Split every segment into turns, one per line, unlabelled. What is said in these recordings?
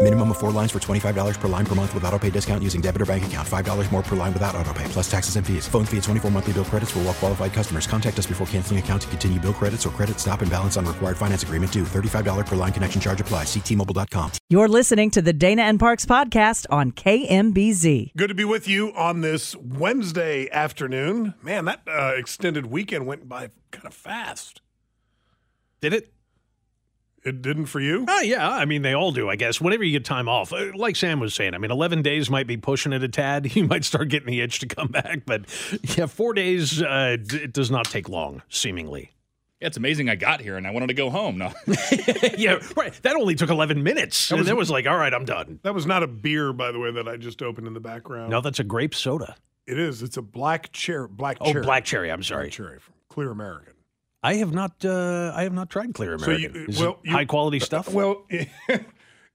Minimum of four lines for $25 per line per month with auto pay discount using debit or bank account. $5 more per line without auto pay, plus taxes and fees. Phone fee at 24 monthly bill credits for all well qualified customers. Contact us before canceling account to continue bill credits or credit stop and balance on required finance agreement due. $35 per line connection charge apply. Ctmobile.com.
You're listening to the Dana and Parks podcast on KMBZ.
Good to be with you on this Wednesday afternoon. Man, that uh, extended weekend went by kind of fast.
Did it?
It didn't for you?
Oh, yeah. I mean, they all do, I guess. Whenever you get time off, uh, like Sam was saying, I mean, 11 days might be pushing it a tad. You might start getting the itch to come back. But yeah, four days, uh, d- it does not take long, seemingly.
Yeah, it's amazing I got here and I wanted to go home. No.
yeah, right. That only took 11 minutes. That was, and then was like, all right, I'm done.
That was not a beer, by the way, that I just opened in the background.
No, that's a grape soda.
It is. It's a black cherry. Black
oh,
cherry.
black cherry. I'm sorry.
Black cherry from Clear American.
I have not. Uh, I have not tried Clear American. So you, is well, you, high quality stuff.
uh, Well, it,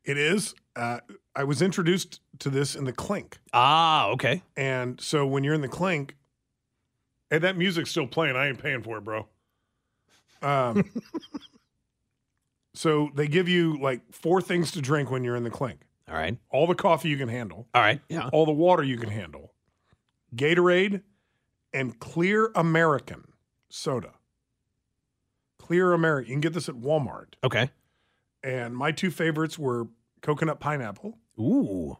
it is. Uh, I was introduced to this in the clink.
Ah, okay.
And so when you're in the clink, and that music's still playing, I ain't paying for it, bro. Um, so they give you like four things to drink when you're in the clink.
All right.
All the coffee you can handle.
All right. Yeah.
All the water you can handle. Gatorade and Clear American soda. Clear America. You can get this at Walmart.
Okay.
And my two favorites were coconut pineapple.
Ooh.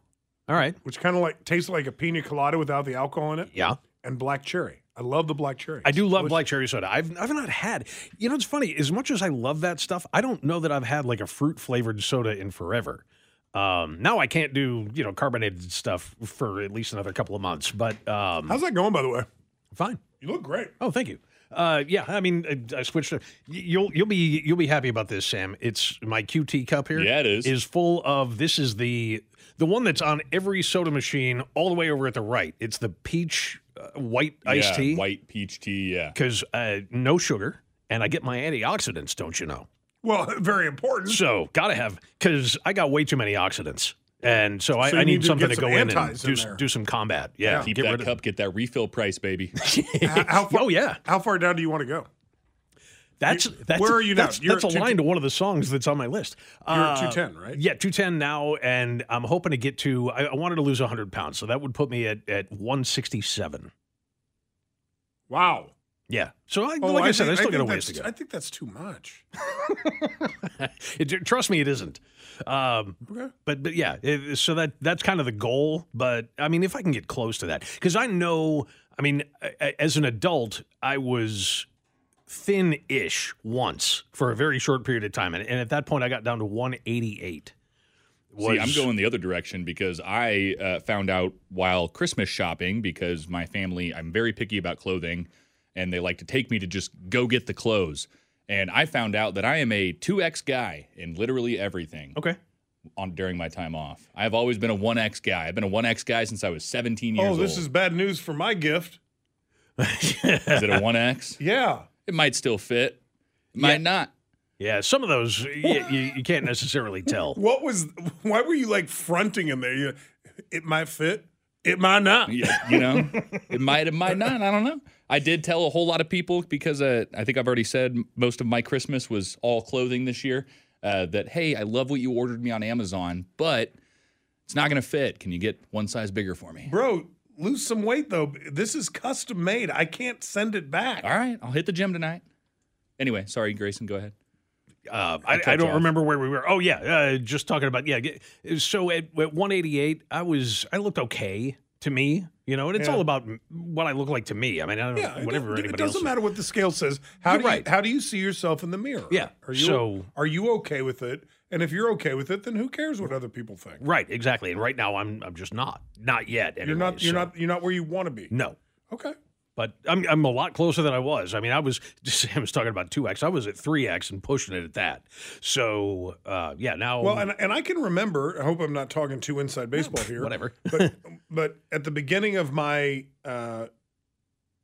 All right.
Which kind of like tastes like a pina colada without the alcohol in it.
Yeah.
And black cherry. I love the black cherry.
I do love Which, black cherry soda. I've I've not had. You know, it's funny. As much as I love that stuff, I don't know that I've had like a fruit flavored soda in forever. Um, now I can't do you know carbonated stuff for at least another couple of months. But um,
how's that going, by the way?
Fine.
You look great.
Oh, thank you. Uh, yeah, I mean, I, I switched. You'll you'll be you'll be happy about this, Sam. It's my QT cup here.
Yeah, it is.
Is full of this is the the one that's on every soda machine all the way over at the right. It's the peach uh, white iced
yeah,
tea.
White peach tea. Yeah,
because uh, no sugar, and I get my antioxidants. Don't you know?
Well, very important.
So gotta have because I got way too many oxidants. And so, so I, I, need, to something to go some in and do, in do some combat. Yeah,
yeah. keep get that cup, get that refill price, baby.
how, how far,
oh yeah.
How far down do you want to go?
That's that's
where are you now?
That's, that's a line ten. to one of the songs that's on my list.
You're uh, at two ten, right?
Yeah, two ten now, and I'm hoping to get to. I, I wanted to lose hundred pounds, so that would put me at at one sixty seven.
Wow.
Yeah. So, I, oh, like I, I said, think, I still got a ways to go.
I think that's too much.
it, trust me, it isn't. Um, okay. but, but yeah, it, so that that's kind of the goal. But I mean, if I can get close to that, because I know, I mean, as an adult, I was thin ish once for a very short period of time. And, and at that point, I got down to 188.
Was, See, I'm going the other direction because I uh, found out while Christmas shopping, because my family, I'm very picky about clothing and they like to take me to just go get the clothes. And I found out that I am a 2X guy in literally everything.
Okay.
On during my time off. I've always been a 1X guy. I've been a 1X guy since I was 17 years
old.
Oh,
this old. is bad news for my gift.
is it a 1X?
Yeah.
It might still fit. It might yeah. not.
Yeah, some of those you, you, you can't necessarily tell.
What was why were you like fronting in there? It might fit. It might not.
Yeah, you know, it might, it might not. I don't know. I did tell a whole lot of people because uh, I think I've already said most of my Christmas was all clothing this year. Uh, that hey, I love what you ordered me on Amazon, but It's not going to fit. Can you get one size bigger for me?
Bro, lose some weight though. This is custom made. I can't send it back.
All right, I'll hit the gym tonight. Anyway, sorry, Grayson, go ahead.
Uh,
I
I,
cut
I
you
don't
off.
remember where we were. Oh yeah, uh, just talking about yeah. get- So at, at 188, I was I looked okay to me, you know, and it's
Yeah.
all about m- what I look like to me. I mean, I don't
Yeah,
know
it, do-
whatever
it
anybody
doesn't
else.
matter what the scale says. How
You're
do you,
right.
how do you see yourself in the mirror?
Yeah,
Are you
so-
are you okay with it? And if you're okay with it, then who cares what other people think?
Right, exactly. And right now, I'm I'm just not not yet.
you're not
anyways,
you're
so-
not you're not where you want to be.
no.
Okay.
But I'm, I'm a lot closer than I was. I mean, I was Sam was talking about two X. I was at three X and pushing it at that. So uh, yeah, now
Well, and and I can remember. I hope I'm not talking too inside baseball here.
whatever.
but but at the beginning of my uh,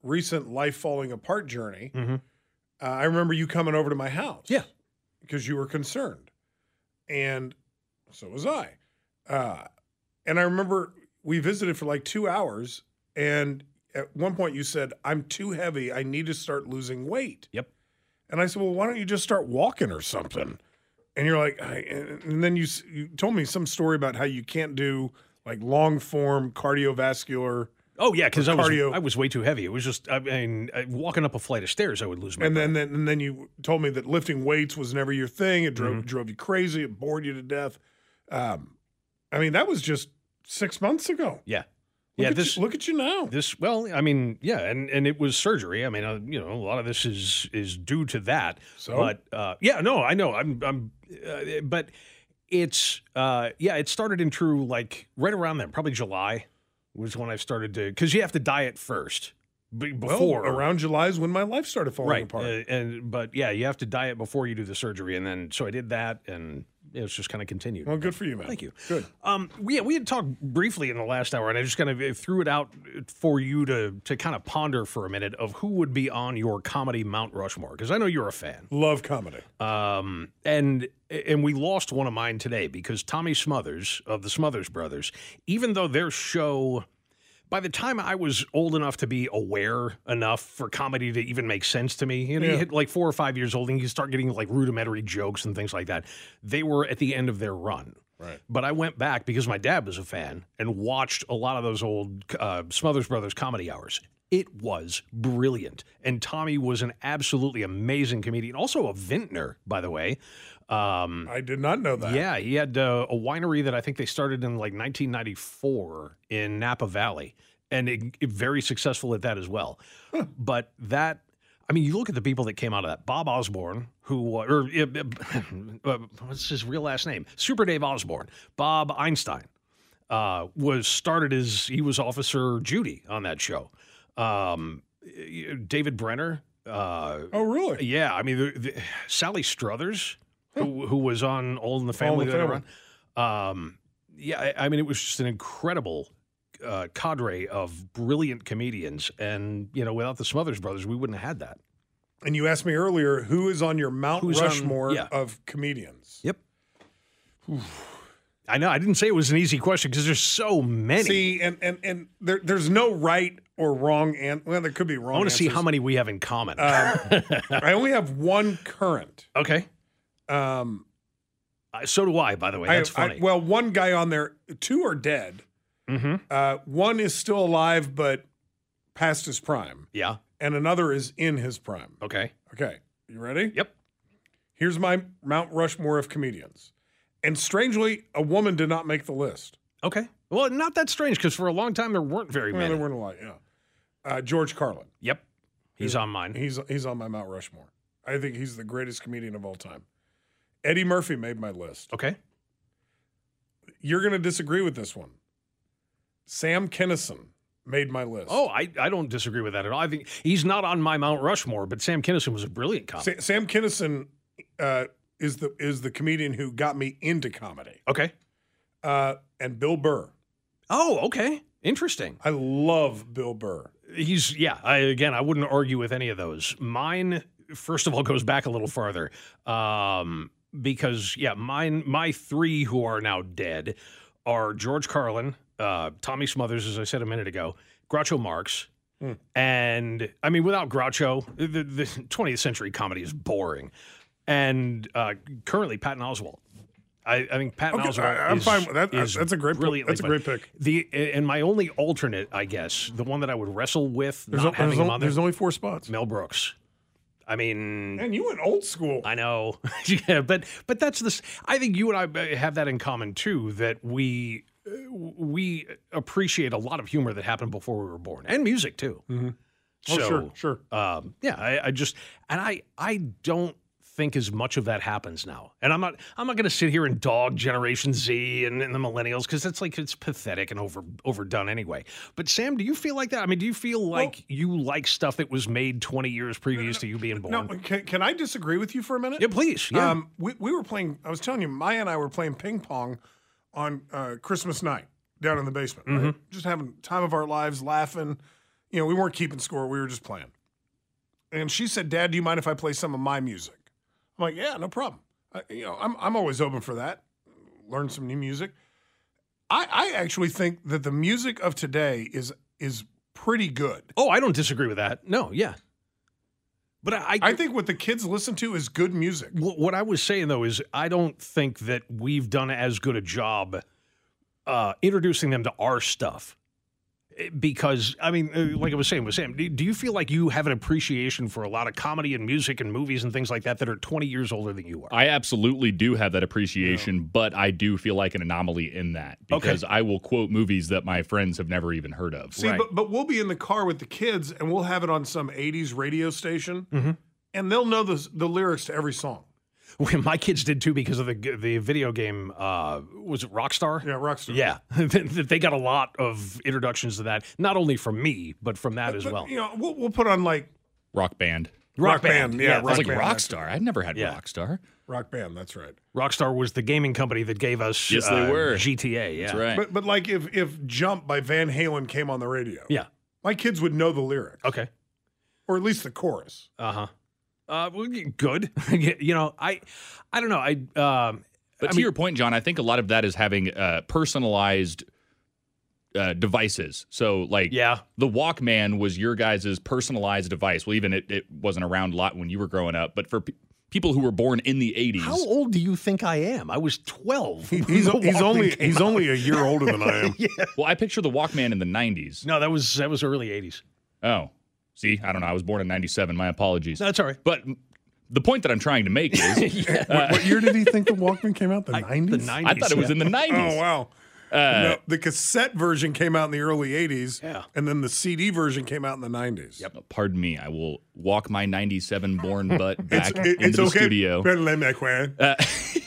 recent life falling apart journey,
Mhm.
uh, I remember you coming over to my house.
Yeah.
because you were concerned, and so was I. Uh, and I remember we visited for like two hours, and at one point you said, "I'm too heavy. I need to start losing weight."
Yep.
And I said, "Well, why don't you just start walking or something?" And you're like, I, and and then you s- you told me some story about how you can't do like long form cardiovascular,
oh yeah, because I was
Cardio.
I was way too heavy. It was just I mean, I- walking up a flight of stairs, I would lose my.
and then, then and then you told me that lifting weights was never your thing. It
Mm-hmm.
drove drove you crazy. It bored you to death. Um, I mean, that was just six months ago.
yeah,
Look
yeah.
at
This
you, look at you now.
this well, I mean, yeah, and and it was surgery. I mean, uh, you know, a lot of this is is due to that.
So?
but uh, yeah, no, I know. I'm I'm, uh, but it's uh, yeah, it started in true like right around then, probably July was when I started to because you have to diet first b- before
well, around July is when my life started falling
right
apart.
uh, and but yeah, you have to diet before you do the surgery, and then so I did that, and it's just kind of continued.
well, good for you, man.
Thank you.
Good.
Um, we we had talked briefly in the last hour, and I just kind of uh, threw it out for you to to kind of ponder for a minute of who would be on your comedy Mount Rushmore because I know you're a fan.
Love comedy.
Um, and and we lost one of mine today because Tommy Smothers of the Smothers Brothers, even though their show. By the time I was old enough to be aware enough for comedy to even make sense to me, you know, you
Yeah.
hit like four or five years old and you start getting like rudimentary jokes and things like that. They were at the end of their run.
Right.
But I went back because my dad was a fan and watched a lot of those old uh, Smothers Brothers comedy hours. It was brilliant. And Tommy was an absolutely amazing comedian, also a vintner, by the way. Um,
I did not know that.
yeah, he had uh, a winery that I think they started in like 1994 in Napa Valley, and it, it very successful at that as well. But that, I mean, you look at the people that came out of that. Bob Osborne, who uh, or uh, uh, what's his real last name? Super Dave Osborne. Bob Einstein uh, was started as he was Officer Judy on that show. Um, y- David Brenner. Uh,
Oh, really?
yeah, I mean, the, the, Sally Struthers, who, who was on All in the Family,
the
that I
Family.
run, um, yeah, I, I mean, it was just an incredible uh, cadre of brilliant comedians, and you know, without the Smothers Brothers, we wouldn't have had that.
And you asked me earlier who is on your Mount
Who's on-
Rushmore
yeah.
of comedians.
Yep. I know. I didn't say it was an easy question because there's so many.
See, and and and there, there's no right or wrong answer. Well, there could be wrong.
I want to see how
answers. Uh,
many we have in common.
I only have one current.
okay.
Um,
Uh, so do I. By the way,
I-
that's
I-
funny.
well, one guy on there. Two are dead.
hmm
Uh, one is still alive but past his prime,
Yeah.
and another is in his prime.
Okay.
Okay, you ready?
Yep.
Here's my Mount Rushmore of comedians, and strangely, a woman did not make the list.
Okay. Well, not that strange because for a long time there weren't very
Well,
many.
there weren't a lot. Yeah, uh, George Carlin.
Yep. He's on mine.
He's he's on my Mount Rushmore. I think he's the greatest comedian of all time. Eddie Murphy made my list.
Okay.
You're going to disagree with this one. Sam Kinison made my list.
Oh, I, I don't disagree with that at all. I think he's not on my Mount Rushmore, but Sam Kinison was a brilliant comic.
Sa- Sam Kinison uh, is the is the comedian who got me into comedy.
okay.
Uh, and Bill Burr.
Oh, okay. Interesting.
I love Bill Burr.
He's yeah. I, again, I wouldn't argue with any of those. Mine, first of all, goes back a little farther um, because yeah, mine my three who are now dead are George Carlin, uh, Tommy Smothers, as I said a minute ago, Groucho Marx,
Hmm.
and I mean without Groucho, the, the 20th century comedy is boring, and uh, currently Patton Oswalt. I- I, I think Pat
Okay,
Malzahn
I- I'm
is,
fine with that.
is
That's a great pick.
brilliantly
That's a great
funny.
pick.
The and my only alternate, I guess, the one that I would wrestle with,
There's,
not
o-
having
there's,
him
only,
on there,
there's only four spots.
Mel Brooks. I mean,
Man, you went old school.
I know. yeah, but but that's this. I think you and I uh, have that in common too. That we uh, we appreciate a lot of humor that happened before we were born, and music too.
Oh,
So,
sure, sure.
Um, yeah, I, I just and I I don't think as much of that happens now. And I'm not I'm not going to sit here and dog Generation Z and, and the Millennials because it's like it's pathetic and over overdone anyway. But Sam, do you feel like that? I mean, do you feel like you like stuff that was made 20 years previous to you being born?
No, can, can I disagree with you for a minute?
yeah, please. Yeah.
Um, we, we were playing, I was telling you, Maya and I were playing ping pong on uh, Christmas night down in the basement. Right? Just having time of our lives, laughing. You know, we weren't keeping score. We were just playing. And she said, Dad, do you mind if I play some of my music? I'm like, yeah, no problem. I, you know, I'm, I'm always open for that. Learn some new music. I, I actually think that the music of today is is pretty good.
Oh, I don't disagree with that. No, yeah. But I, I,
I think what the kids listen to is good music.
wh- what I was saying though is I don't think that we've done as good a job uh, introducing them to our stuff. Eh, Because I mean, eh, like I was saying with Sam, do, do you feel like you have an appreciation for a lot of comedy and music and movies and things like that that are 20 years older than
Uh,
you are?
I absolutely do have that appreciation, but I do feel like an anomaly in that
Okay.
because I will quote movies that my friends have never even heard of.
See, but, but we'll be in the car with the kids and we'll have it on some 80s radio station
Mm-hmm.
and they'll know the, the lyrics to every song.
My kids did too because of the g- the video game. Uh, was it Rockstar?
Yeah, Rockstar.
Yeah, they got a lot of introductions to that, not only from me but from that as
But,
well.
You know, we'll, we'll put on like
Rock band.
Rock, band. Yeah,
that's
I was
Rock
like
Band. that's-
Rockstar. I'd never had
Yeah.
Rockstar.
Rock band, that's right.
Rockstar was the gaming company that gave us
Yes, they
uh,
were.
GTA. Yeah,
That's right.
But but like if if Jump by Van Halen came on the radio,
Yeah.
my kids would know the lyrics
Okay.
or at least the chorus.
Uh-huh. Uh well, y- Good. you know, I, I don't know. I um.
But
I
to
mean-
your point, John, I think a lot of that is having uh, personalized uh, devices. So, like,
Yeah.
the Walkman was your guys' personalized device. Well, even it, it wasn't around a lot when you were growing up, but for pe- people who were born in the 80s,
How old do you think I am? I was twelve. when
He's,
the
he's
Walkman
only
came
he's
out.
only a year older than I am.
well, I picture the Walkman in the 90s.
No, that was that was early '80s.
Oh, see, I don't know. I was born in 97. My apologies.
No, that's all right.
But the point that I'm trying to make is
What, what year did he think the Walkman came out? The
The Uh,
nineties.
'90s.
I thought it was
yeah.
in the 90s.
Oh wow. no, the cassette version came out in the early 80s
Yeah.
and then the CD version came out in the 90s. Yep.
Uh, Pardon me. I will walk my 97 born butt back
it-
into the studio.
Better than that, Quan.
Uh,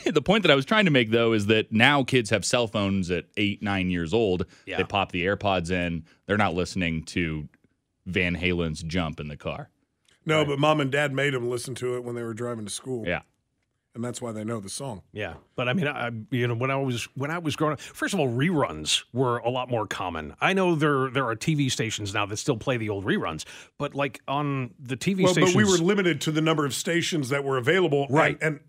the point that I was trying to make, though, is that now kids have cell phones at eight, nine years old.
Yeah.
They pop the AirPods in. They're not listening to Van Halen's Jump in the car.
no, but mom and dad made them listen to it when they were driving to school.
Yeah.
And that's why they know the song.
Yeah, but I mean, I you know when I was when I was growing up, first of all, reruns were a lot more common. I know there there are TV stations now that still play the old reruns, but like on the TV
Well,
stations,
but we were limited to the number of stations that were available. and-
Right.
And,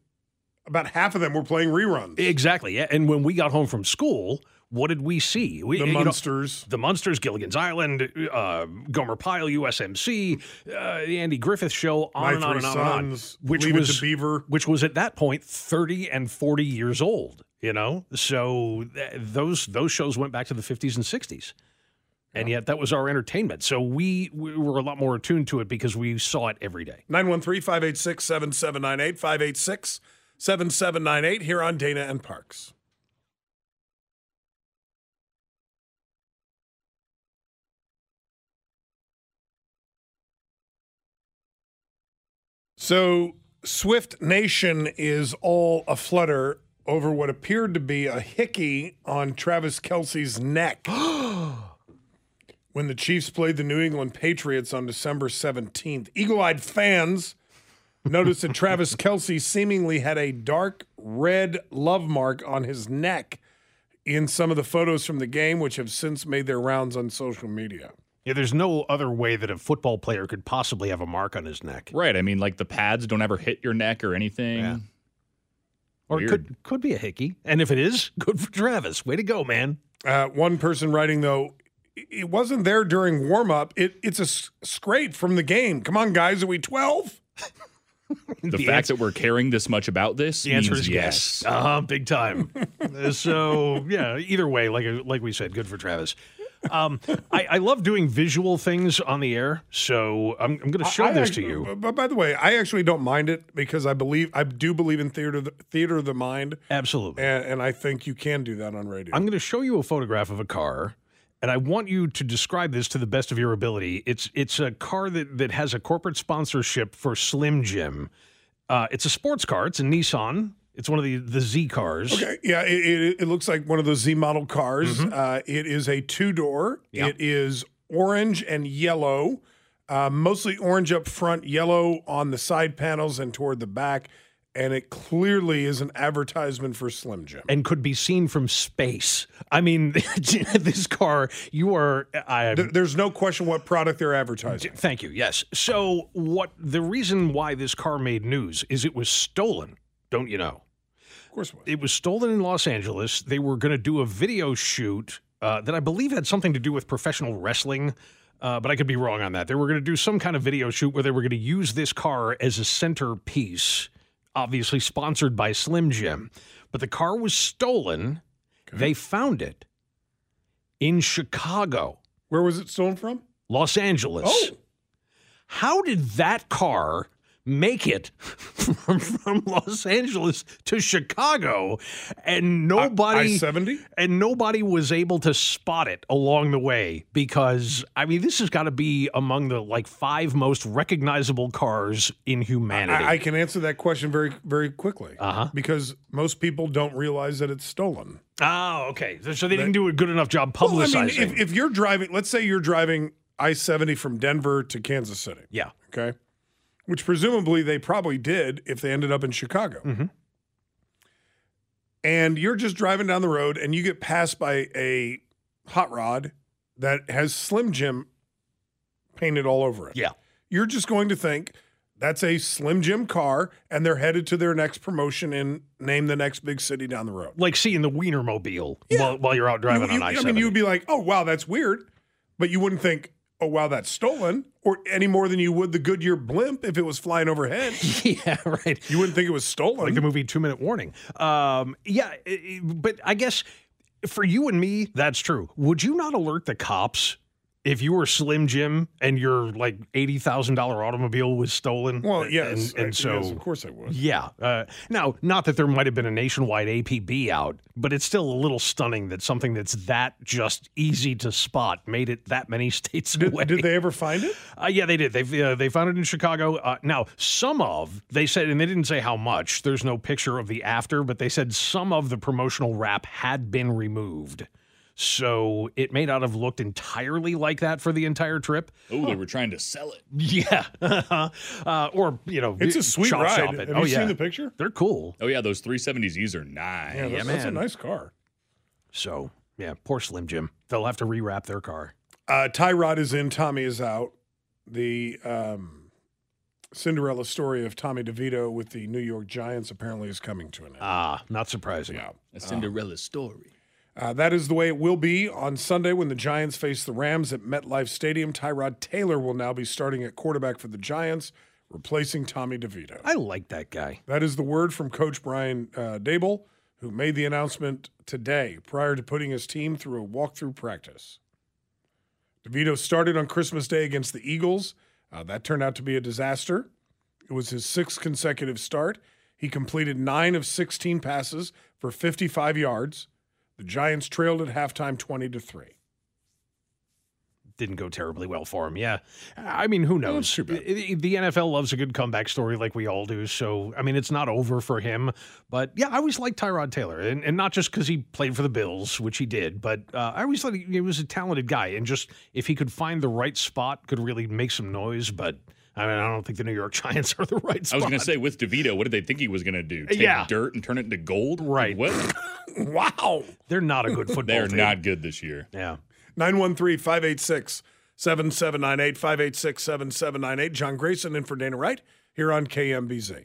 about half of them were playing reruns.
exactly. Yeah, and when we got home from school, what did we see? We,
the
you know,
Munsters.
the Munsters, Gilligan's Island, uh, Gomer Pyle, USMC, uh, the Andy Griffith Show, on
My
and on
Three
and on, and on
Sons, Leave It to Beaver.
which was at that point thirty and forty years old. You know, so th- those those shows went back to the fifties and sixties, and yet that was our entertainment. So we, we were a lot more attuned to it because we saw it every day.
913 586 7798 586 7798 here on Dana and Parks. So, Swift Nation is all aflutter over what appeared to be a hickey on Travis Kelsey's neck when the Chiefs played the New England Patriots on December 17th. Eagle eyed fans noticed that Travis Kelsey seemingly had a dark red love mark on his neck in some of the photos from the game, which have since made their rounds on social media.
Yeah, there's no other way that a football player could possibly have a mark on his neck,
Right. I mean, like the pads don't ever hit your neck or anything.
Yeah. or
Weird.
it could could be a hickey. And if it is, good for Travis. Way to go, man.
Uh, one person writing, though, "It- it wasn't there during warm up. It, it's a s- scrape from the game. Come on, guys, are we 12?
The, fact that we're caring this much about this
The answer
means
is
yes.
yes. Uh huh. Big time. Uh, so yeah. Either way, like uh, like we said, good for Travis. Um, I, I love doing visual things on the air, so I'm, I'm going to show
I- I
this to
actually- uh,
you.
b- But by the way, I actually don't mind it because I believe I do believe in theater of the, theater of the mind,
Absolutely.
and, and I think you can do that on radio.
I'm going to show you a photograph of a car, and I want you to describe this to the best of your ability. It's it's a car that that has a corporate sponsorship for Slim Jim. Uh, it's a sports car. It's a Nissan. It's one of the the Z cars.
Okay, Uh, yeah, it, it, it looks like one of those Z model cars. Uh, it is a two door.
Mm-hmm. Yeah.
It is orange and yellow, uh, mostly orange up front, yellow on the side panels and toward the back, and it clearly is an advertisement for Slim Jim.
And could be seen from space. I mean, this car. You are. I,
There- There's no question what product they're advertising.
Thank you. Yes. So, what the reason why this car made news is it was stolen, don't you know?
Of course, it was.
It was stolen in Los Angeles. They were going to do a video shoot uh, that I believe had something to do with professional wrestling, uh, but I could be wrong on that. They were going to do some kind of video shoot where they were going to use this car as a centerpiece, obviously sponsored by Slim Jim. But the car was stolen. They found it in Chicago,
Where was it stolen from?
Los Angeles.
Oh,
How did that car make it from, from Los Angeles to Chicago and nobody
I seventy.
and nobody was able to spot it along the way because I mean this has got to be among the like five most recognizable cars in humanity.
I, I can answer that question very, very quickly
Uh-huh.
because most people don't realize that it's stolen.
oh, okay. So they didn't do a good enough job publicizing.
Well, I mean, if, if you're driving, let's say you're driving I 70 from Denver to Kansas City,
yeah.
okay? Which presumably they probably did if they ended up in Chicago.
Mm-hmm.
And you're just driving down the road and you get passed by a hot rod that has Slim Jim painted all over it.
Yeah.
You're just going to think that's a Slim Jim car and they're headed to their next promotion in name the next big city down the road.
Like seeing the Wienermobile while, while you're out driving
You-
on
you-
I-70.
I mean, you'd be like, oh, wow, that's weird. But you wouldn't think, oh, wow, that's stolen, or any more than you would the Goodyear blimp if it was flying overhead.
yeah, right.
you wouldn't think it was stolen.
like the movie Two Minute Warning. Um, yeah, i- i- but I guess for you and me, that's true. Would you not alert the cops if you were Slim Jim and your like eighty thousand dollar automobile was stolen?
well,
And-
yes.
and,
I-
so.
yes, of course I would.
yeah. Uh, now, not that there might have been a nationwide APB out, but it's still a little stunning that something that's that just easy to spot made it that many states
Did,
away.
did they ever find it?
Uh, yeah, they did. They uh, they found it in Chicago. Uh, now, some of they said, and they didn't say how much. There's no picture of the after, but they said some of the promotional wrap had been removed, so it may not have looked entirely like that for the entire trip.
Oh, they were trying to sell it.
Yeah, uh, or you know,
It's a sweet
chop
ride.
shop it.
Have
oh
you
yeah,
seen the picture?
they're cool.
Oh yeah, those 370Zs are nice.
Yeah, that's, that's a
man.
nice car.
So yeah, poor Slim Jim. They'll have to rewrap their car.
Uh, Tyrod is in. Tommy is out. The um, Cinderella story of Tommy DeVito with the New York Giants apparently is coming to an end.
Ah, not surprising.
Yeah.
A Cinderella story.
Uh, that is the way it will be on Sunday when the Giants face the Rams at MetLife Stadium. Tyrod Taylor will now be starting at quarterback for the Giants, replacing Tommy DeVito.
I like that guy.
That is the word from Coach Brian uh, Dable, who made the announcement today prior to putting his team through a walkthrough practice. DeVito started on Christmas Day against the Eagles. Uh, that turned out to be a disaster. It was his sixth consecutive start. He completed nine of 16 passes for 55 yards. The Giants trailed at halftime 20 to 3.
didn't go terribly well for him. Yeah. I mean, who knows? The, the NFL loves a good comeback story like we all do. So, I mean, it's not over for him. But yeah, I always liked Tyrod Taylor. And, and not just because he played for the Bills, which he did, but uh, I always thought he, he was a talented guy. And just if he could find the right spot, could really make some noise. But I mean, I don't think the New York Giants are the right
I
spot.
was going to say with DeVito, what did they think he was going to do? Take
Uh, Yeah.
dirt and turn it into gold?
Right.
What?
Wow.
They're not a good football
They're
team.
not good this year.
Yeah.
913 586 7798 586 7798. John Grayson and for Dana Wright here on KMBZ.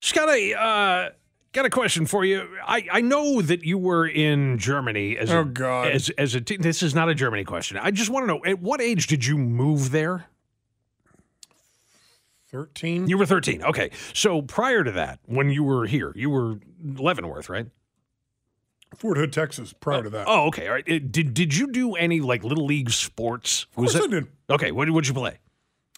Just got a uh, got a question for you. I, I know that you were in Germany as
Oh,
a,
God.
as as a teen. This is not a Germany question. I just want to know at what age did you move there?
13?
You were thirteen. Okay, so prior to that, when you were here, you were Leavenworth, right?
Fort Hood, Texas, prior to that.
Oh, okay. All right. Uh, did did you do any like little league sports?
Of course I did.
Okay. What would you play?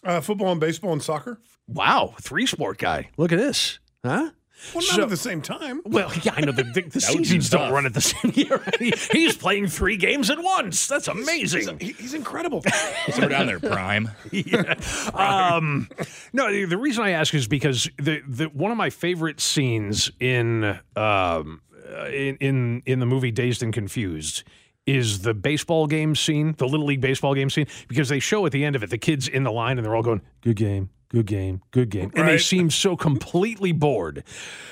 oh.
Uh, football and baseball and soccer.
Wow, three sport guy. Look at this, huh?
Well, not
So-
at the same time.
Well, yeah, I know the, the, the
That would be
seasons don't
tough.
run at the same year. He's playing three games at once. That's
He's,
amazing.
he- he's incredible.
Somewhere down there, prime.
Yeah. um, no, the, the reason I ask is because the, the one of my favorite scenes in um, uh, in, in in the movie Dazed and Confused is the baseball game scene, the little league baseball game scene, because they show at the end of it the kids in the line and they're all going, "Good game, good game, good game," and they
Right.
seem so completely bored.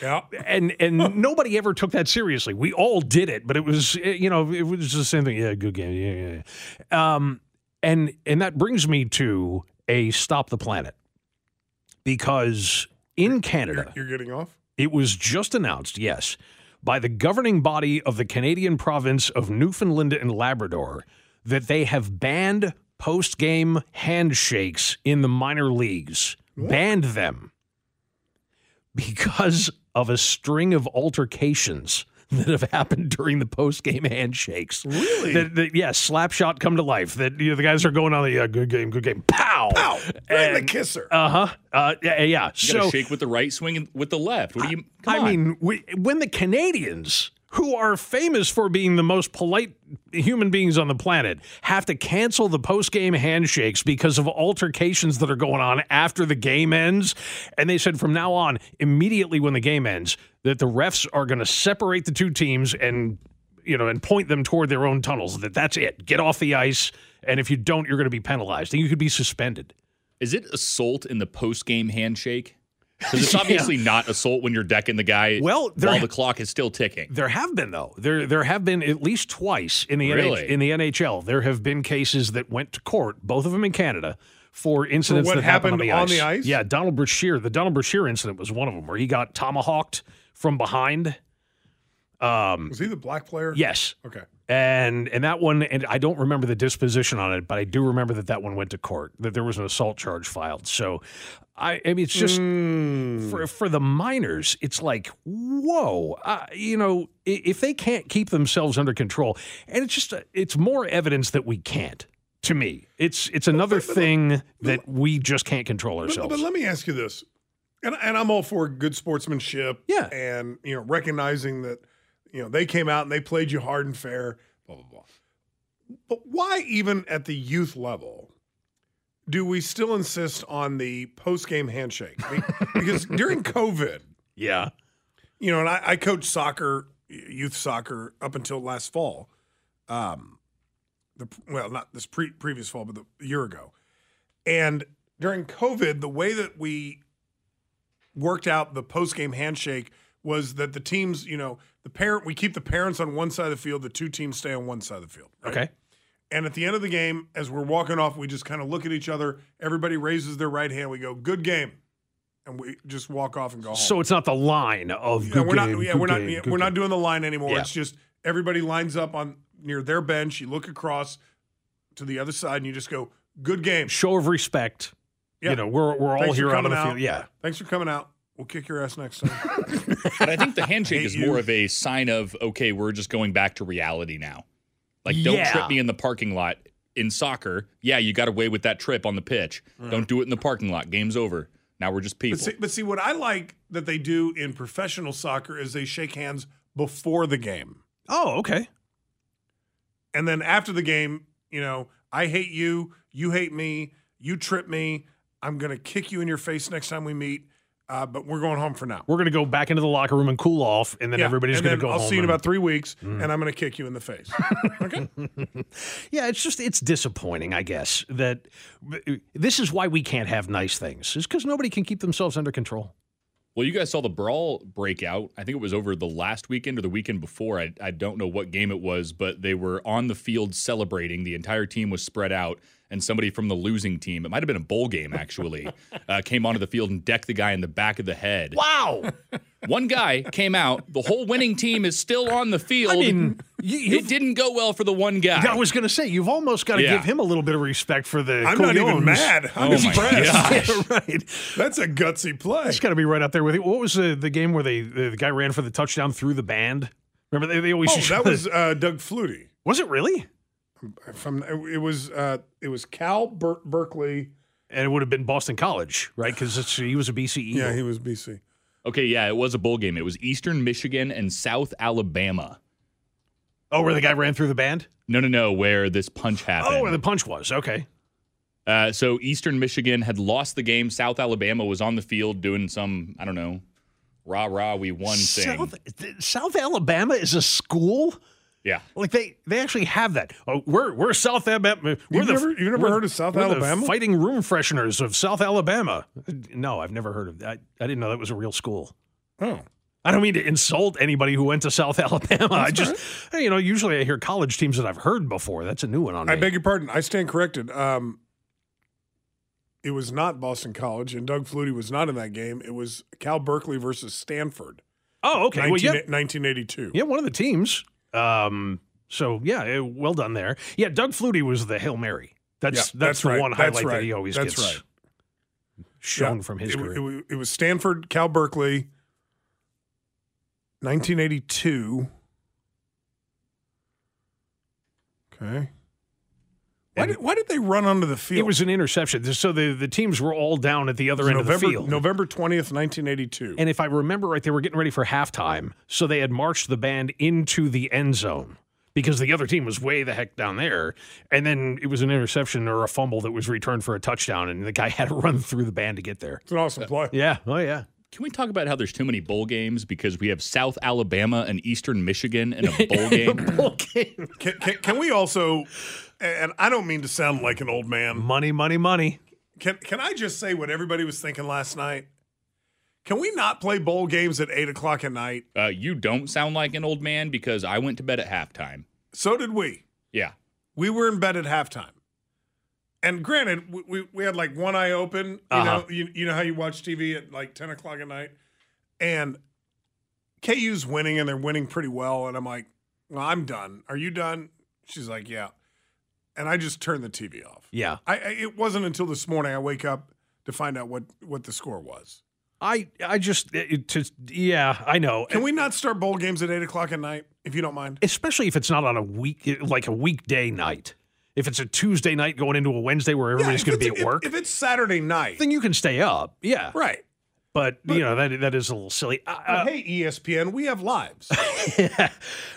yeah.
And and nobody ever took that seriously. We all did it, but it was eh, you know it was the same thing. Yeah, good game. Yeah, yeah, yeah. Um, and and that brings me to a stop the planet because in Canada
You're getting off?
it was just announced, yes, by the governing body of the Canadian province of Newfoundland and Labrador that they have banned post game handshakes in the minor leagues, banned them because of a string of altercations. That have happened during the post-game handshakes. Really? That, that, yeah, slap shot come to life. That you know, the guys are going on the uh, good game, good game, pow,
Ow! Right in the
And-
kisser.
Uh-huh. Uh Yeah, yeah.
You
So
gotta shake with the right, swing in- with the left. What do you? Come
I
on.
mean, we, when the Canadians, who are famous for being the most polite human beings on the planet, have to cancel the post-game handshakes because of altercations that are going on after the game ends, and they said from now on, immediately when the game ends, that the refs are going to separate the two teams and you know and point them toward their own tunnels. That that's it. Get off the ice, and if you don't, you're going to be penalized, and you could be suspended.
Is it assault in the post game handshake? Because it's obviously not assault when you're decking the guy
Well, there-
while the clock is still ticking.
There have been though. There there have been at least twice in the NH
Really?
in the NHL. There have been cases that went to court, both of them in Canada, for incidents
what
that happened,
happened
on, the,
on
ice.
the ice?
Yeah, Donald Brashear. The Donald Brashear incident was one of them, where he got tomahawked from behind. Um,
Was he the black player?
Yes.
Okay.
And and that one, and I don't remember the disposition on it, but I do remember that that one went to court. That there was an assault charge filed. So, I, I mean, it's just
Hmm.
for for the minors, it's like, whoa, uh, you know, i- if they can't keep themselves under control, and it's just, uh, it's more evidence that we can't. To me, it's it's another thing that we just can't control
But- But,
ourselves.
let me ask you this, and and I'm all for good sportsmanship.
Yeah.
and you know recognizing that you know they came out and they played you hard and fair. Blah blah blah. But why even at the youth level? Do we still insist on the post game handshake? Be- Because during COVID,
Yeah.
you know, and I, I coached soccer, y- youth soccer, up until last fall. Um, the well, not this pre- previous fall, but the a year ago. And during COVID, the way that we worked out the post game handshake was that the teams, you know, the parent we keep the parents on one side of the field, the two teams stay on one side of the field. right?
Okay.
And at the end of the game, as we're walking off, we just kind of look at each other. Everybody raises their right hand. We go, "Good game," and we just walk off and go home.
So it's not the line of
Yeah,
good
we're
game,
not. Yeah,
good
we're not.
game,
yeah,
good
we're
game.
not doing the line anymore.
Yeah.
It's just everybody lines up on near their bench. You look across to the other side, and you just go, "Good game."
show of respect.
Yeah.
You know, we're we're all
Thanks for
here out on
coming
the field. Yeah.
Thanks for coming out. We'll kick your ass next time.
But I think the handshake
Hate
is
you.
more of a sign of okay, we're just going back to reality now. Like, don't
Yeah.
trip me in the parking lot in soccer. Yeah, you got away with that trip on the pitch.
Mm.
Don't do it in the parking lot. Game's over. Now we're just people.
but, see, but see, what I like that they do in professional soccer is they shake hands before the game,
Oh, okay.
and then after the game, you know, I hate you. You hate me. You trip me. I'm gonna kick you in your face next time we meet. Uh, but we're going home for now.
We're gonna go back into the locker room and cool off, and then
Yeah,
everybody's
and
gonna
then
go
I'll
home
see you in
and-
about three weeks, and I'm going to kick you in the face. okay.
yeah, it's just it's disappointing, I guess. That uh, this is why we can't have nice things is because nobody can keep themselves under control.
Well, you guys saw the brawl breakout. I think it was over the last weekend or the weekend before. I, I don't know what game it was, but they were on the field celebrating. The entire team was spread out, and somebody from the losing team, it might have been a bowl game actually, uh, came onto the field and decked the guy in the back of the head.
Wow.
One guy came out. The whole winning team is still on the field.
I mean, you,
it
you've-
didn't go well for the one guy.
I was gonna say you've almost got to
Yeah.
give him a little bit of respect for the.
I'm not even
Colognes.
mad.
Oh
I'm
my
impressed.
Yeah, right.
That's a gutsy play.
That's got to be right up there with it. What was the, the game where they the, the guy ran for the touchdown through the band? Remember they, they always
Oh, that was uh, Doug Flutie.
was it really?
From it was uh, it was Cal Ber- Berkeley.
And it would have been Boston College, right? Because he was a E BC Eagle.
Yeah, he was BC.
okay, yeah, it was a bowl game. It was Eastern Michigan and South Alabama.
Oh, where the guy ran through the band?
No, no, no, where this punch happened.
Oh, where the punch was. Okay.
Uh, so Eastern Michigan had lost the game. South Alabama was on the field doing some, I don't know, rah rah, we won thing.
South, th- South Alabama is a school?
Yeah.
Like they they actually have that. Oh, we're we're South Alabama. We're
You've
the,
never- you've never
we're-
heard of South
we're the
Alabama?
fighting room fresheners of South Alabama. No, I've never heard of that. I, I didn't know that was a real school.
Oh,
I don't mean to insult anybody who went to South Alabama. I just, hey, you know, usually I hear college teams that I've heard before. That's a new one on
I
me.
beg your pardon. I stand corrected. Um, it was not Boston College, and Doug Flutie was not in that game. It was Cal Berkeley versus Stanford,
oh, okay. Well,
19,
yeah,
1982.
yeah, one of the teams. Um, so yeah, eh, well done there. Yeah, Doug Flutie was the hail mary. That's
Yeah,
that's, the
right.
one
That's
highlight
right.
that he always
That's
gets
right.
shown
Yeah.
from
it,
his
wa-
career.
It, wa- it was Stanford, Cal Berkeley, 1982. Okay. Why
And-
did, why did they run onto the field?
It was an interception. So the, the teams were all down at the other end
November,
of the field.
November 20th, 1982.
And if I remember right, they were getting ready for halftime. So they had marched the band into the end zone because the other team was way the heck down there. And then it was an interception or a fumble that was returned for a touchdown. And the guy had to run through the band to get there.
it's an awesome play.
Yeah. Oh, yeah.
Can we talk about how there's too many bowl games because we have South Alabama and Eastern Michigan in a bowl game?
Okay.
Can, can, can we also, and I don't mean to sound like an old man,
Money, money, money.
can, can I just say what everybody was thinking last night? Can we not play bowl games at 8 o'clock at night?
uh, you don't sound like an old man because I went to bed at halftime.
So did we.
Yeah.
we were in bed at halftime. And granted, we, we, we had like one eye open. You
Uh-huh.
know, you, you know how you watch TV at like ten o'clock at night, and KU's winning and they're winning pretty well. And I'm like, well, I'm done. Are you done? She's like, yeah. And I just turned the TV off.
Yeah.
I, I it wasn't until this morning I wake up to find out what what the score was.
I I just it, to, yeah I know.
Can we not start bowl games at eight o'clock at night if you don't mind?
Especially if it's not on a week like a weekday night. If it's a Tuesday night going into a Wednesday where everybody's
if
going to be
it's-
at work,
If, if it's Saturday night,
then you can stay up. Yeah,
right?
But, you know that that is a little silly. I, I-
But hey, E ESPN, we have lives.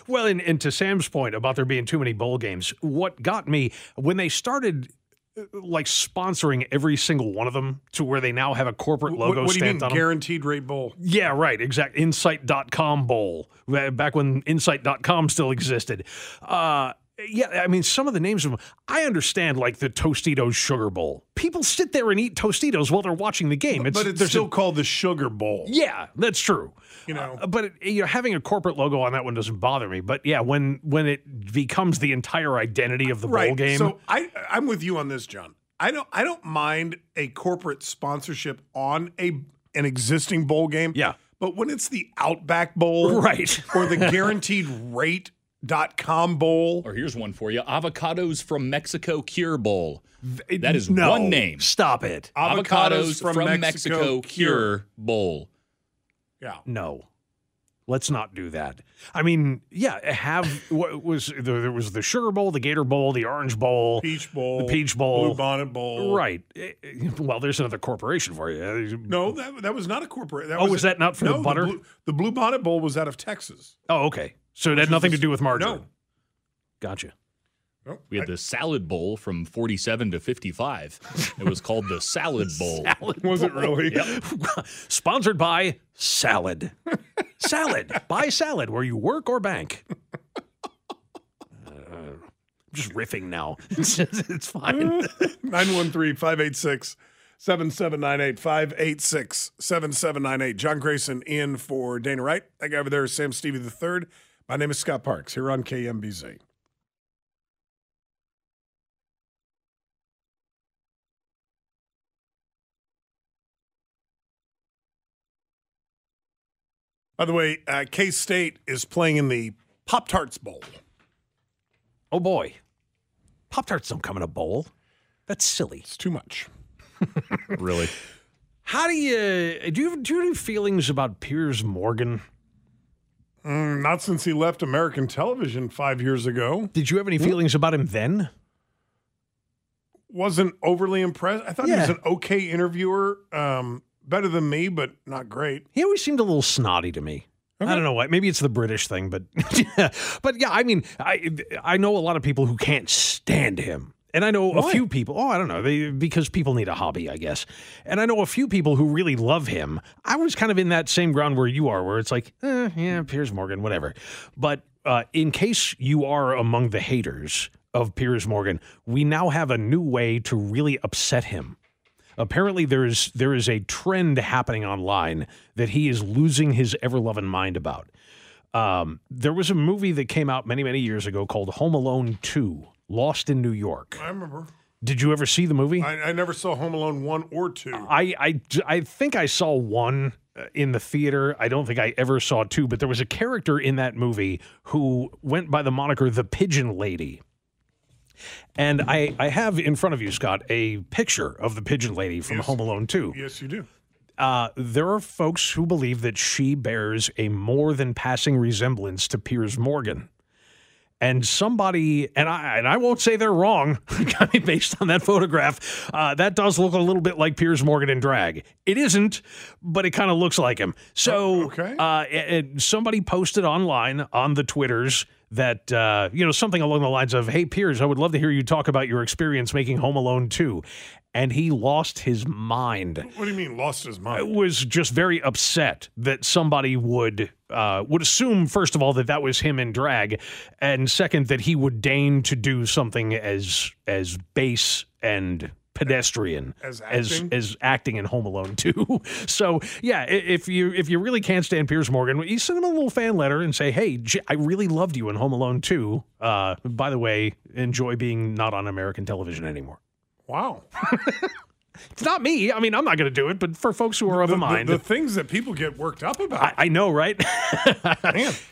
Well, and, and to Sam's point about there being too many bowl games, what got me when they started uh, like sponsoring every single one of them to where they now have a corporate
Wh-
logo
what, do you mean
stamped on them.
guaranteed rate bowl?
Yeah, right. Exact. Insight.com bowl uh, back when Insight.com still existed. Uh, yeah, I mean, some of the names of them, I understand, like the Tostitos Sugar Bowl. People sit there and eat Tostitos while they're watching the game.
but it's
there's a-
still called the Sugar Bowl.
yeah, that's true.
You know.
Uh, but it, you know, having a corporate logo on that one doesn't bother me. But yeah, when when it becomes the entire identity of the bowl game,
So I I'm with you on this, John. I don't I don't mind a corporate sponsorship on a an existing bowl game.
Yeah.
But when it's the Outback Bowl
Right.
or the guaranteed rate dot com bowl.
Or here's one for you: Avocados from Mexico Cure Bowl.
It-
That is
no,
one name.
Stop it.
Avocados, from, Mexico, Cure Bowl.
Yeah.
No, let's not do that. I mean, yeah, have what was there, there was the Sugar Bowl, the Gator Bowl, the Orange Bowl,
Peach Bowl.
the Peach Bowl,
Blue Bonnet Bowl.
Right. Eh, eh, Well, there's another corporation for you.
No, that, that was not a corporate. That
Oh, was that not for the
no,
butter?
blue, the Blue Bonnet Bowl was out of Texas.
Oh, okay. So it had nothing to do with margarine.
No.
Gotcha.
No,
We had the Salad Bowl from 47 to 55. It was called the Salad Bowl.
was it really?
Sponsored by Salad. salad. Buy salad where you work or bank. Uh, I'm just riffing now. it's, it's fine.
913-586-7798 586-7798 john grayson in for dana wright that guy over there is sam stevie the third my name is scott parks here on kmbz by the way uh, k-state is playing in the pop tarts bowl
Oh boy. Pop Tarts don't come in a bowl. That's silly.
it's too much
Really?
How do you do you do you have any feelings about Piers Morgan?
Mm, not since he left american television five years ago
Did you have any feelings about him then?
wasn't overly impressed. I thought he was
Yeah.
an okay interviewer, um, better than me, but not great.
He always seemed a little snotty to me. I don't know why. Maybe it's the British thing, but but yeah, I mean, I I know a lot of people who can't stand him. And I know a few people. Oh, I don't know. They, because people need a hobby, I guess. And I know a few people who really love him. I was kind of in that same ground where you are, where it's like, eh, yeah, Piers Morgan, whatever. But uh, in case you are among the haters of Piers Morgan, we now have a new way to really upset him apparently there is there is a trend happening online that he is losing his ever loving mind about. Um, there was a movie that came out many many years ago called Home Alone Two: Lost in New York.
I remember.
Did you ever see the movie?
I, I never saw Home Alone one or two.
I, I, I think I saw one uh, in the theater. I don't think I ever saw two, but there was a character in that movie who went by the moniker the Pigeon Lady. And I, I have in front of you, Scott, a picture of the Pigeon Lady from Home Alone 2.
yes, you do.
Uh, there are folks who believe that she bears a more than passing resemblance to Piers Morgan. And somebody, and I, and I won't say they're wrong, I mean, based on that photograph, uh, that does look a little bit like Piers Morgan in drag. It isn't, but it kind of looks like him. So,
okay.
uh, it- it- somebody posted online on the Twitters that uh, you know something along the lines of, "Hey Piers, I would love to hear you talk about your experience making Home Alone 2. and he lost his mind
What do you mean lost his mind?
was just very upset that somebody would uh, would assume first of all that that was him in drag, and second that he would deign to do something as as base and pedestrian
As
as
acting?
as acting in Home Alone too. so yeah, i- if you if you really can't stand Piers Morgan, you send him a little fan letter and say, hey, J- I really loved you in Home Alone too. Uh, by the way, enjoy being not on American television anymore.
Wow.
It's not me. I mean, I'm not going to do it, but for folks who are of
the,
a mind.
The, the things that people get worked up about.
I, I know, right?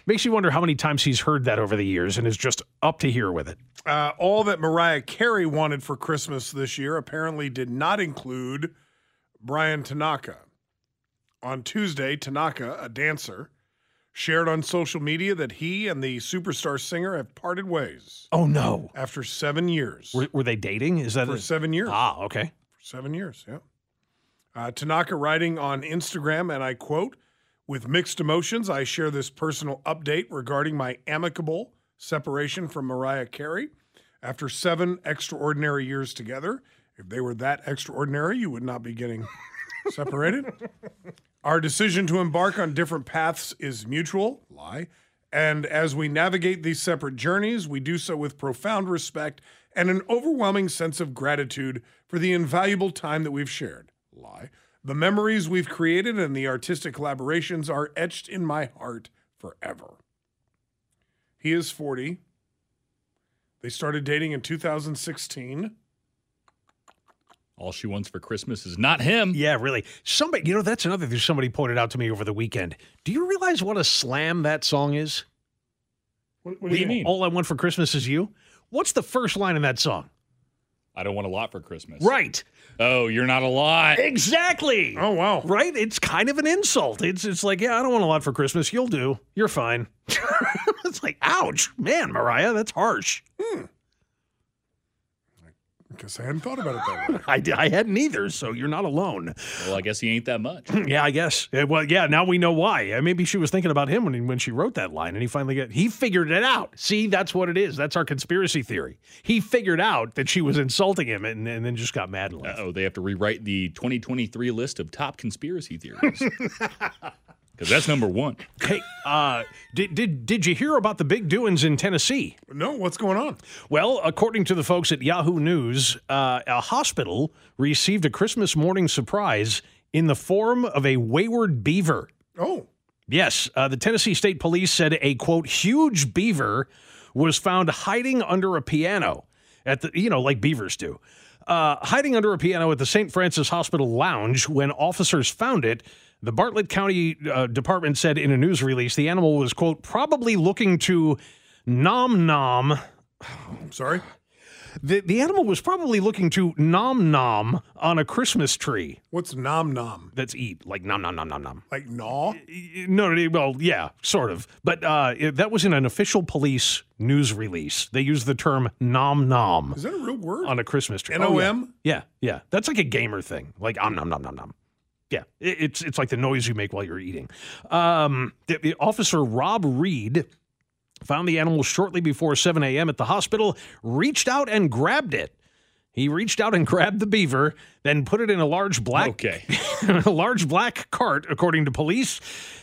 Makes you wonder how many times he's heard that over the years and is just up to here with it.
Uh, all that Mariah Carey wanted for Christmas this year apparently did not include Brian Tanaka. On Tuesday, Tanaka, a dancer, shared on social media that he and the superstar singer have parted ways
Oh, no.
after seven years.
Were, were they dating? Is that
for
it?
seven years.
Ah, okay.
Seven years, yeah. Uh, Tanaka writing on Instagram, and I quote, with mixed emotions, I share this personal update regarding my amicable separation from Mariah Carey. After seven extraordinary years together, if they were that extraordinary, you would not be getting separated. Our decision to embark on different paths is mutual. Lie. And as we navigate these separate journeys, we do so with profound respect and an overwhelming sense of gratitude for the invaluable time that we've shared. Lie. The memories we've created and the artistic collaborations are etched in my heart forever. He is 40. They started dating in 2016.
All she wants for Christmas is not him.
Yeah, really. Somebody, you know, that's another thing somebody pointed out to me over the weekend. Do you realize what a slam that song is?
What,
What do you mean?
All I want for Christmas is you. What's the first line in that song?
I don't want a lot for Christmas.
Right.
Oh, you're not a lot.
Exactly.
Oh, wow.
Right? It's kind of an insult. It's it's like, yeah, I don't want a lot for Christmas. You'll do. You're fine. it's like, ouch, man, Mariah, that's harsh.
Because I hadn't thought about it that way.
I, I hadn't either, so you're not alone.
Well, I guess he ain't that much.
Yeah, I guess. Uh, Well, yeah, now we know why. Uh, Maybe she was thinking about him when when she wrote that line, and he finally got he figured it out. See, that's what it is. That's our conspiracy theory. He figured out that she was insulting him, and, and then just got mad and left.
Oh, they have to rewrite the 2023 list of top conspiracy theories. Because that's number one.
Hey, uh, did did did you hear about the big doings in Tennessee?
no, what's going on?
Well, according to the folks at Yahoo News, uh, a hospital received a Christmas morning surprise in the form of a wayward beaver.
Oh,
Yes, uh, the Tennessee State Police said a quote huge beaver was found hiding under a piano at the you know like beavers do, uh, hiding under a piano at the St. Francis Hospital lounge. When officers found it, the Bartlett County uh, Department said in a news release the animal was quote probably looking to nom nom.
I'm sorry.
The the animal was probably looking to nom nom on a Christmas tree.
What's nom nom?
That's eat like nom nom nom nom nom.
Like gnaw?
No, no, no, well, yeah, sort of. But uh, it- that was in an official police news release. They used the term nom nom
Is that a real word?
on a Christmas tree. Oh, yeah.
N-O-M?
yeah, yeah. That's like a gamer thing. Like om nom nom nom nom. Yeah, it, it's it's like the noise you make while you're eating. Um, the- the Officer Rob Reed found the animal shortly before 7 a.m. at the hospital, reached out and grabbed it. He reached out and grabbed the beaver, then put it in a large black
Okay.
a large black cart, according to police.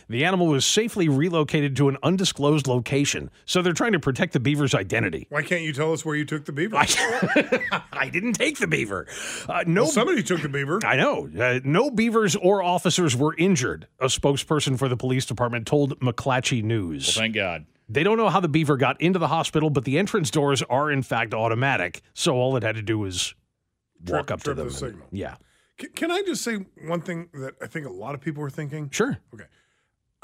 The animal was safely relocated to an undisclosed location. So they're trying to protect the beaver's identity.
Why can't you tell us where you took the beaver?
I, I didn't take the beaver. Uh, no,
Well, somebody took the beaver.
I know. Uh, no beavers or officers were injured, a spokesperson for the police department told McClatchy News.
Thank God.
they don't know how the beaver got into the hospital, but the entrance doors are, in fact, automatic. So all it had to do was walk
Trip-
up to
trip
them.
the
and-
signal.
yeah.
C- can I just say one thing that I think a lot of people are thinking?
Sure.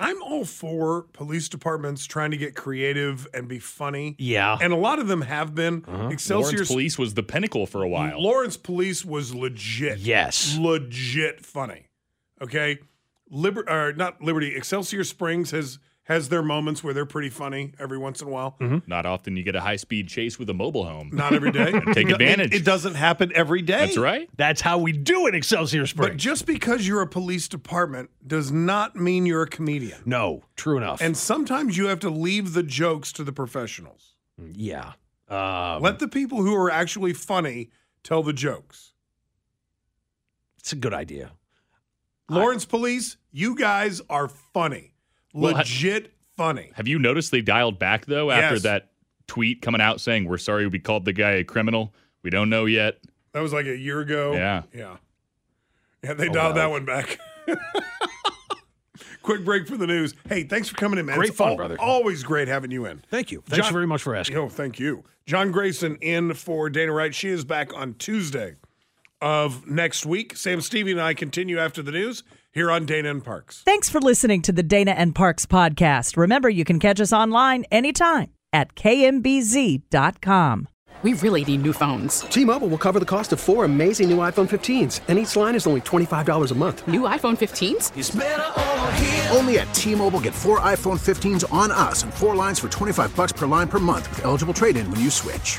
I'm all for police departments trying to get creative and be funny.
Yeah. Uh-huh.
And a lot of them have been. Excelsior
Lawrence Police was the pinnacle for a while.
Lawrence Police was legit.
Yes.
Legit funny. Okay. Liber- or not Liberty. Excelsior Springs has has their moments where they're pretty funny every once in a
Mm-hmm.
while.
Not often you get a high speed chase with a mobile home.
Not every day.
Take advantage.
It, it doesn't happen every day.
That's right.
That's how we do it, Excelsior Springs.
But just because you're a police department does not mean you're a comedian.
No, true enough.
And sometimes you have to leave the jokes to the professionals.
Mm, yeah. Um,
Let the people who are actually funny tell the jokes.
it's a good idea.
Lawrence Police, you guys are funny.
Well, I-
Legit funny.
Have you noticed they dialed back though after
Yes.
that tweet coming out saying we're sorry we called the guy a criminal? We don't know yet.
That was like a year ago.
Yeah. Oh,
Yeah. Yeah, they dialed that one back. Quick break for the news. Hey, thanks for coming in, man.
Great
It's
fun,
al-
brother.
Always great having you in.
Thank you. Thanks
John-
very much for asking.
Yo, thank you. John Grayson in for Dana Wright. She is back on Tuesday. of next week. Sam Stevie and I continue after the news here on Dana and Parks.
Thanks for listening to the Dana and Parks podcast. Remember, you can catch us online anytime at kmbz.com.
We really need new phones.
T-Mobile will cover the cost of four amazing new iPhone 15s, and each line is only $25 a month.
New iPhone 15s?
Only at T-Mobile get four iPhone 15s on us and four lines for 25 bucks per line per month with eligible trade-in when you switch.